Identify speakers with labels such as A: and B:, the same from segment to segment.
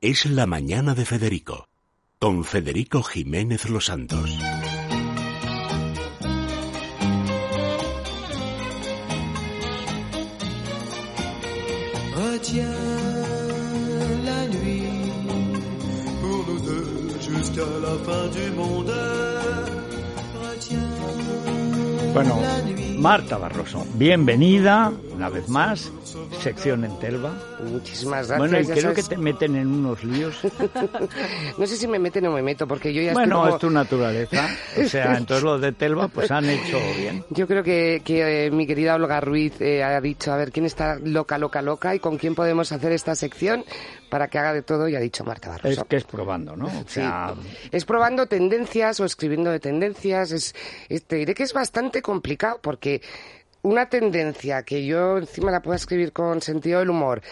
A: Es la mañana de Federico, con Federico Jiménez Los Santos.
B: Retiens la nuit pour nous deux jusqu'à la fin du monde. Retiens
C: Bueno,
B: la nuit.
C: Marta Barroso, bienvenida una vez más, sección en Telva.
D: Muchísimas gracias.
C: Bueno, y
D: ya
C: creo que
D: sabes-
C: te meten en unos líos.
D: No sé si me meten o me meto, porque yo ya estoy
C: Bueno,
D: como-
C: es tu naturaleza. O sea, entonces los de Telva pues han hecho bien.
D: Yo creo que, que, eh, mi querida Olga Ruiz eh, ha dicho, a ver, ¿quién está loca, loca, loca? ¿Y con quién podemos hacer esta sección para que haga de todo? Y ha dicho Marta
C: Es
D: Barroso.
C: que es probando, ¿no? O
D: Pues Sí.
C: sea,
D: Es probando tendencias o escribiendo de tendencias. Es, es- te diré que es bastante complicado porque una tendencia que yo encima la pueda escribir con sentido del humor,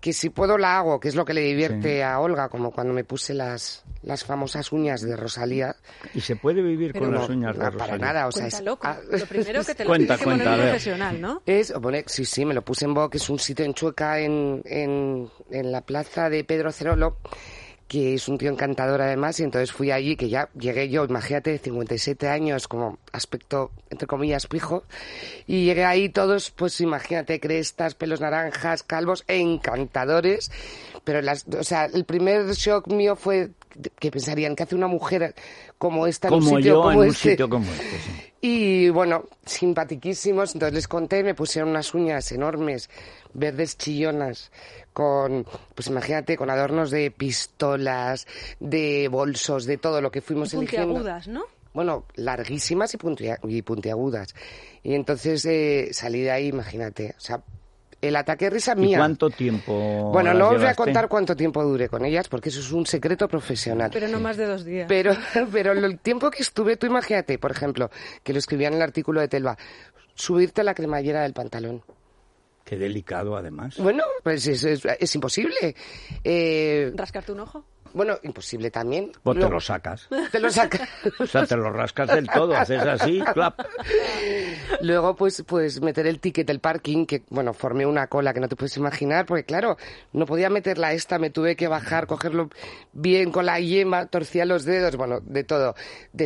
D: que si puedo la hago, que es lo que le divierte a Olga, como cuando me puse las, las famosas uñas de Rosalía.
C: y se puede vivir
E: Pero
C: con
E: no,
C: las uñas de
D: no, ah, para
C: Rosalía.
D: nada, o sea,
E: Cuenta
D: es,
E: loco.
D: ah,
E: Lo primero que te lo
C: Cuenta,
E: tienes que poner
C: cuenta, a
E: un
C: ver.
E: profesional, ¿no?
D: Es, bueno, sí, sí, me lo puse en Bo, que es un sitio en Chueca, en, en, en la plaza de Pedro Cerolo, que es un tío encantador además, y entonces fui allí, que ya llegué yo, imagínate, de 57 años, como aspecto, entre comillas, pijo, y llegué ahí todos, pues imagínate, crestas, pelos naranjas, calvos, encantadores, pero las, o sea, el primer shock mío fue que pensarían que hace una mujer como esta en un
C: Como
D: sitio
C: yo en
D: como
C: un
D: este?
C: sitio como este. sí.
D: Y bueno, simpatiquísimos. Entonces les conté, me pusieron unas uñas enormes, verdes chillonas, con, pues imagínate, con adornos de pistolas, de bolsos, de todo lo que fuimos eligiendo.
E: Puntiagudas, ¿no?
D: Bueno, larguísimas y, puntia- y puntiagudas. Y entonces eh, salí de ahí, imagínate. O sea, el ataque de risa
C: ¿Y
D: mía.
C: cuánto tiempo?
D: bueno,
C: las
D: no os voy a
C: llevaste?
D: contar cuánto tiempo duré con ellas, porque eso es un secreto profesional.
E: Pero no más de dos días.
D: Pero, pero lo- el tiempo que estuve, tú imagínate, por ejemplo, que lo escribía en el artículo de Telva, subirte a la cremallera del pantalón.
C: Qué delicado, además.
D: Bueno, pues es, es- es imposible. Eh,
E: Rascarte un ojo.
D: bueno, imposible también.
C: Vos te
D: No,
C: lo sacas.
D: te lo saca.
C: O sea, te lo rascas del todo, haces así, clap.
D: Luego, pues, pues meter el ticket del parking, que bueno, formé una cola que no te puedes imaginar, porque claro, no podía meterla esta, me tuve que bajar, cogerlo bien con la yema, torcía los dedos, bueno, de todo.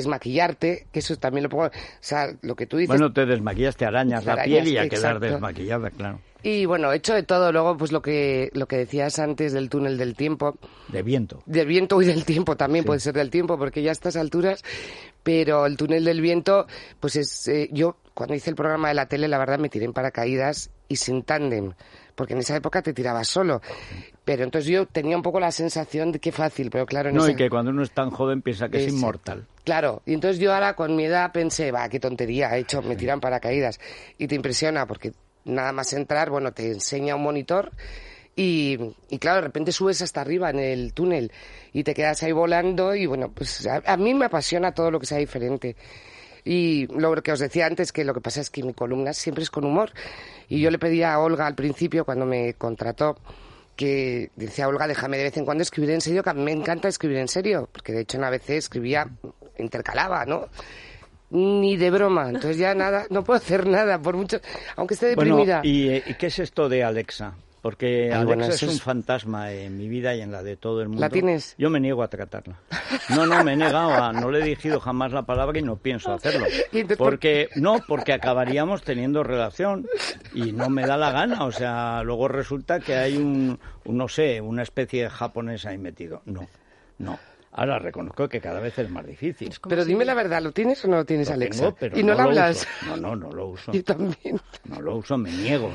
D: Desmaquillarte, que eso también lo pongo, o sea, lo que tú dices,
C: Bueno, te desmaquillas, te arañas la
D: Arañas,
C: piel y ya quedar
D: exacto.
C: desmaquillada, claro.
D: Y bueno, hecho de todo, luego pues lo que, lo que decías antes del túnel del tiempo,
C: De viento.
D: del viento y del tiempo también puede ser del tiempo, porque ya a estas alturas, pero el túnel del viento, pues es, eh, yo cuando hice el programa de la tele, la verdad me tiré en paracaídas y sin tándem, porque en esa época te tirabas solo, pero entonces yo tenía un poco la sensación de que fácil, pero claro, en
C: No,
D: esa-
C: y que cuando uno es tan joven piensa que es
D: Exacto.
C: inmortal.
D: Claro, y entonces yo ahora con mi edad pensé, va, qué tontería, he hecho, me tiran paracaídas. Y te impresiona porque nada más entrar, bueno, te enseña un monitor y, y claro, de repente subes hasta arriba en el túnel y te quedas ahí volando y bueno, pues a, a mí me apasiona todo lo que sea diferente. Y lo que os decía antes, que lo que pasa es que mi columna siempre es con humor. Y yo le pedía a Olga al principio, cuando me contrató, que decía Olga, déjame de vez en cuando escribir en serio, que a mí me encanta escribir en serio, porque de hecho en ABC escribía, intercalaba, ¿no? Ni de broma, entonces ya nada, no puedo hacer nada, por mucho, aunque esté
C: Bueno,
D: deprimida.
C: ¿y, eh, ¿y qué es esto de Alexa? Porque
D: Ay,
C: Alexa
D: bueno,
C: es
D: eso
C: un
D: es-
C: fantasma en mi vida y en la de todo el mundo.
D: tienes?
C: Yo me niego a tratarla. No, no, me he negado a... No le he dirigido jamás la palabra y no pienso hacerlo.
D: ¿Y entonces por
C: Porque, no, porque acabaríamos teniendo relación y no me da la gana. O sea, luego resulta que hay un, un, no sé, una especie de japonés ahí metido. No, no. Ahora reconozco que cada vez es más difícil.
E: Es como
D: pero
E: si-
D: dime la verdad, ¿lo tienes o no lo tienes,
C: Lo
D: Pues, Alexa?
C: tengo, pero
D: y no, la
C: lo
D: hablas.
C: uso. No, no, no lo uso.
D: Yo también.
C: No lo uso, me niego.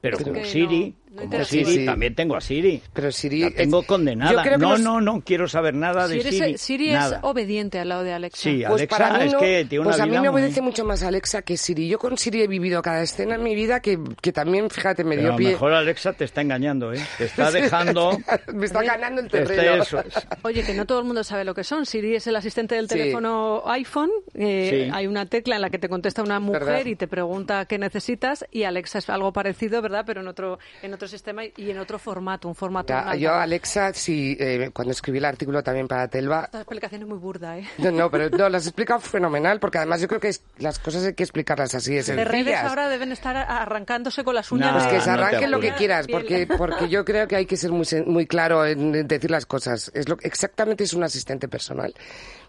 C: Pero
E: Pero
C: con
E: que
C: Siri,
E: no, no
C: como
E: interactúa.
C: Siri,
D: Sí, sí.
C: también tengo a Siri.
D: Pero Siri,
C: La tengo
D: es- yo
C: condenada.
D: creo que
C: no,
D: los-
C: no, no quiero saber
D: Ah,
C: nada de
E: Siri, es-
C: Siri.
E: Siri es
C: nada.
E: obediente al lado de Alexa.
C: Sí,
D: Pues
C: Alexa
D: para mí
C: es
D: no,
C: que tiene una
D: pues a mí
C: vida
D: me
C: muy-
D: obedece mucho más Alexa que Siri. Yo con Siri he vivido cada escena en mi vida que, que también, fíjate, me
C: Pero a
D: dio
C: lo
D: pie.
C: mejor Alexa te está engañando, ¿eh? Te está dejando...
D: me está ganando el
C: te está-
D: terreno.
C: eso Este es.
E: Oye, que no todo el mundo sabe lo que son. Siri es el asistente del
D: Sí.
E: teléfono iPhone. eh,
C: Sí.
E: Hay una tecla en la que te contesta una mujer
D: ¿Verdad?
E: y te pregunta qué necesitas. Y Alexa es algo parecido, ¿verdad? Pero en otro, en otro sistema y- y en otro formato, un formato.
D: Ya,
E: normal.
D: yo, Alexa, sí, eh, cuando escribí el artículo también para Telva,
E: Esta explicación es muy burda, ¿eh?
D: No, no, pero no, las explica fenomenal, porque además yo creo que es- las cosas hay que explicarlas así, de
E: De redes
D: sencillas.
E: ahora deben estar a- arrancándose con las uñas.
C: Nah,
E: de-
D: Es que
C: Ah,
D: se
C: no te
D: arranquen lo que
C: apures.
D: quieras, porque,
E: Piel.
D: porque yo creo que hay que ser muy, sen- muy claro en, en decir las cosas. Es lo, exactamente es un asistente personal.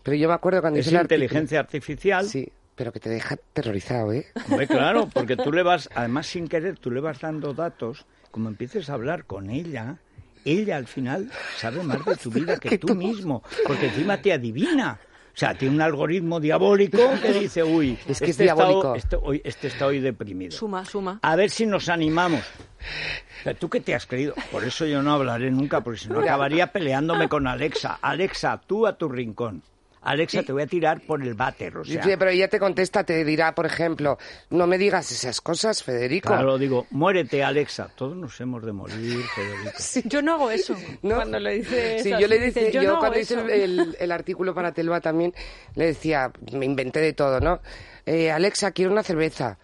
D: Pero yo me acuerdo cuando
C: Es
D: hice el artículo-
C: inteligencia artificial.
D: Sí, pero que te deja terrorizado, ¿eh?
C: Hombre, claro, porque tú le vas, además sin querer, tú le vas dando datos, como empieces a hablar con ella, ella al final sabe más de tu vida que tú mismo, porque encima te adivina. O sea, tiene un algoritmo diabólico que dice, uy,
D: Es que es
C: está hoy-
D: diabólico.
C: este, hoy, este está hoy deprimido.
E: Suma, suma.
D: Ah,
C: A ver si nos animamos. Pero tú qué te has creído. Por eso yo no hablaré nunca, porque si no acabaría peleándome con Alexa. Alexa, tú a tu rincón. Alexa, te voy a tirar por el váter, o sea.
D: Dice, pero ella te contesta, te dirá, por ejemplo, no me digas esas cosas, Federico.
C: Claro, digo, muérete, Alexa. Todos nos hemos de morir, Federico.
E: Yo no hago eso.
D: ¿no?
E: Cuando le dice.
D: Sí,
E: esas-
D: yo le
E: dice,
D: decía- yo
E: no
D: cuando
E: hago
D: hice
E: eso.
D: el, el- el artículo para Telva también le decía, me inventé de todo, ¿no? Eh, Alexa, quiero una cerveza.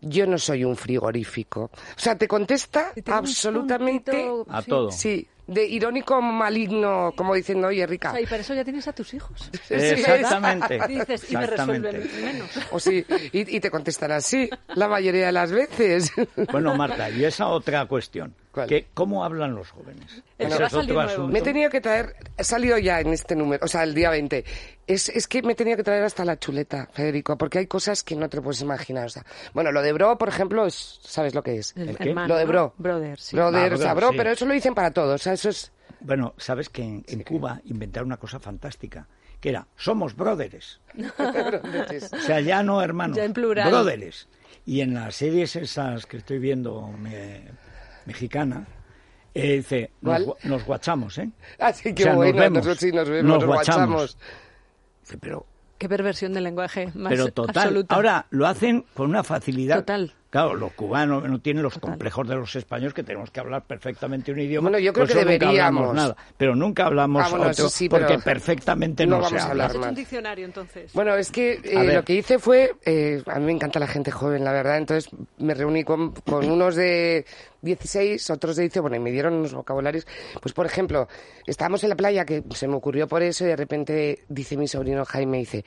D: Yo no soy un frigorífico. O sea, te contesta
E: Y tiene un
D: absolutamente
E: puntito,
C: A
E: sí.
C: todo.
D: sí, de irónico maligno, como diciendo, "Oye,
E: O
D: rica."
E: sea, y para eso ya tienes a tus hijos.
D: Sí,
C: Exactamente.
E: Dices, y me resuelven menos.
D: O sí, y, y te contestan así la mayoría de las veces.
C: Bueno, Marta, y esa otra cuestión.
D: ¿Cuál?
C: Que, ¿Cómo hablan los jóvenes?
E: El que va a salir nuevo.
D: Me he tenido que traer, he salido ya en este número, o sea, el día 20. Es, es que me he tenido que traer hasta la chuleta, Federico, porque hay cosas que no te puedes imaginar. o sea. bueno, lo de Bro, por ejemplo, es, ¿sabes lo que es?
E: El
C: qué?
E: hermano,
D: Lo de Bro.
E: Brother, sí.
D: Brother,
C: Ah,
D: o sea,
C: brother,
D: Bro,
C: sí.
D: pero eso lo dicen para todos, o sea, eso es...
C: Bueno, sabes que en, en Cuba inventaron una cosa fantástica, que era, somos brothers. O sea, ya no hermanos.
E: Ya en plural.
C: Brothers. Y en las series esas que estoy viendo me- mexicana, eh, dice, nos,
D: ¿Cuál?
C: gua- nos guachamos, ¿eh?
D: Así que
C: O sea, nos
D: bueno,
C: vemos,
D: nosotros sí nos vemos,
C: nos
D: nos
C: guachamos.
D: guachamos.
C: Dice, Pero
E: Qué perversión del lenguaje. Más
C: Pero total,
E: absoluta.
C: ahora lo hacen con una facilidad.
E: Total.
C: Claro, los cubanos no tienen los
E: Total.
C: complejos de los españoles que tenemos que hablar perfectamente un idioma.
D: Bueno, yo creo
C: por
D: que
C: eso nunca hablamos
D: deberíamos.
C: nada, pero nunca hablamos
D: Ah, bueno,
C: otro
D: eso sí, pero
C: porque perfectamente
D: no
C: no, se
D: vamos a
C: habla.
E: Has hecho un
D: Armas.
E: diccionario, entonces.
D: Bueno, es que eh,
C: A ver.
D: lo que hice fue, eh, a mí me encanta la gente joven, la verdad, entonces me reuní con, con unos de 16, otros de 18, bueno, y me dieron unos vocabularios. Pues, por ejemplo, estábamos en la playa, que se me ocurrió por eso, y de repente dice mi sobrino Jaime, dice,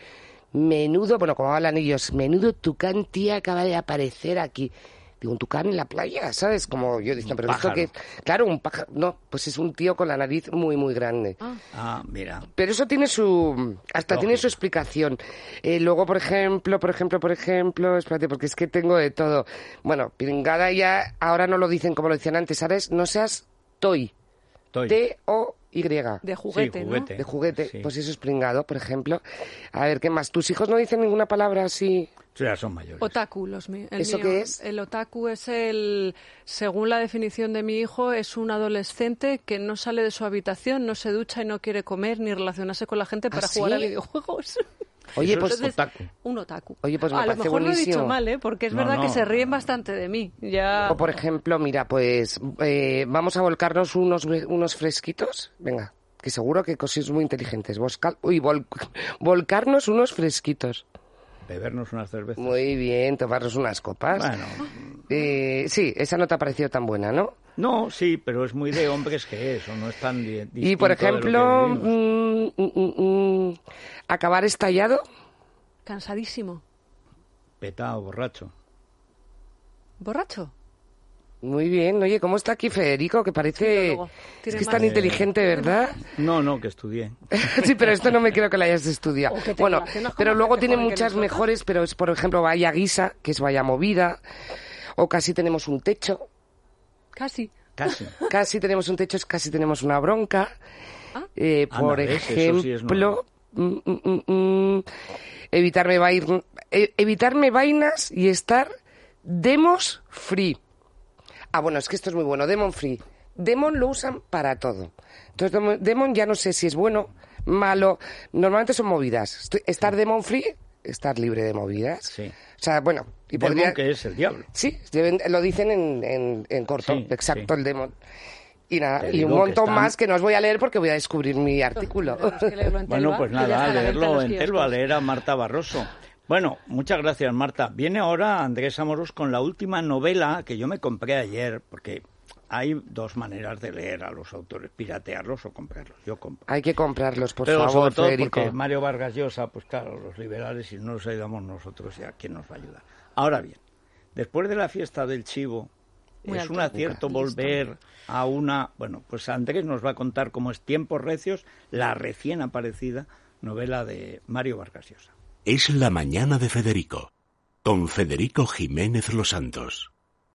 D: menudo, bueno, como hablan ellos, menudo tucán tía acaba de aparecer aquí. Digo, un tucán en la playa, ¿sabes? Como yo diciendo, pero esto
C: pájaro.
D: que... Claro, un pájaro, no, pues es un tío con la nariz muy, muy grande.
E: Ah,
C: Ah, mira.
D: Pero eso tiene su hasta tiene su explicación. Eh, luego, por ejemplo, por ejemplo, por ejemplo, espérate, porque es que tengo de todo. Bueno, pringada ya ahora no lo dicen como lo decían antes, ¿sabes? No seas toy,
C: Estoy.
D: T O Y.
E: de juguete,
C: Sí,
E: ¿no?
C: juguete.
D: De juguete,
C: Sí.
D: pues eso es pringado, por ejemplo. A ver, ¿qué más? ¿Tus hijos no dicen ninguna palabra así?
C: Ya son mayores.
E: Otaku, los mí- el
D: ¿Eso
E: mío.
D: qué es?
E: El otaku es el, según la definición de mi hijo, es un adolescente que no sale de su habitación, no se ducha y no quiere comer ni relacionarse con la gente para
D: ¿Ah, sí?
E: jugar a videojuegos.
D: Oye,
C: Eso
D: pues
E: Entonces,
C: otaku.
E: Un otaku.
D: Oye, pues me
E: a lo
D: parece
E: mejor lo he
D: buenísimo.
E: dicho mal, ¿eh? Porque es
C: No,
E: verdad
C: no.
E: que se ríen bastante de mí. Ya.
D: o por ejemplo, mira, pues eh, vamos a volcarnos unos unos fresquitos. Venga, que seguro que cosas muy inteligentes. Voscal- uy, vol- volcarnos unos fresquitos.
C: Bebernos unas cervezas.
D: Muy bien, tomarnos unas copas.
C: Bueno,
D: Eh, sí, esa no te ha parecido tan buena, ¿no?
C: no, sí, pero es muy de hombres que eso, no es tan di-
D: y
C: distinto
D: por
C: de lo que
D: ejemplo,
C: vivimos.
D: mm, mm, mm, mm, acabar estallado.
E: Cansadísimo.
C: petado, borracho.
E: Borracho.
D: Muy bien, oye, ¿cómo está aquí Federico? Que parece...
E: Filólogo.
D: Es
E: Tiene
D: que es
E: más-
D: tan inteligente, ¿verdad?
C: No, no, que estudié.
D: sí, pero esto no me creo que lo hayas estudiado.
E: O que te
D: Bueno,
E: relacionas con
D: pero
E: la
D: luego
E: gente
D: tiene
E: joven que
D: muchas
E: disfruta.
D: mejores, pero es, por ejemplo, vaya guisa, que es vaya movida, o casi tenemos un techo.
E: Casi.
C: Casi.
D: Casi tenemos un techo, es casi tenemos una bronca. Eh,
C: Anda,
D: por
C: ¿ves? Eso sí es
D: ejemplo, mm, mm, mm, mm, evitarme, vair- eh, evitarme vainas y estar demos free. Ah, bueno, es que esto es muy bueno, demon free. Demon lo usan para todo. Entonces, demo- demon ya no sé si es bueno, malo. Normalmente son movidas. Estoy- Estar demon free, estar libre de movidas.
C: Sí.
D: O sea, bueno, y
C: Demon,
D: podría...
C: que es el diablo.
D: Sí, deben- lo dicen en, en- en corto,
C: Sí, sí.
D: exacto, el demon. Y nada,
C: Te
D: y un
C: digo que
D: montón
C: están-
D: más que no os voy a leer porque voy a descubrir mi artículo.
E: Tenemos que leerlo en
C: Bueno,
E: Telva,
C: pues
E: que ya está
C: nada,
E: a la venta
C: leerlo
E: los
C: en
E: kioscos.
C: Telva, leer a Marta Barroso. Bueno, muchas gracias, Marta. Viene ahora Andrés Amorós con la última novela que yo me compré ayer, porque hay dos maneras de leer a los autores, piratearlos o comprarlos. Yo compro.
D: Hay que comprarlos, por
C: Pero
D: favor,
C: sobre todo
D: Federico.
C: porque Mario Vargas Llosa, pues claro, los liberales, si no nos ayudamos nosotros, ya quién nos va a ayudar. Ahora bien, después de la fiesta del chivo,
E: Muy
C: es
E: alto.
C: un acierto volver a una... Bueno, pues Andrés nos va a contar cómo es Tiempos Recios, la recién aparecida novela de Mario Vargas Llosa.
A: Es la mañana de Federico, con Federico Jiménez Los Santos.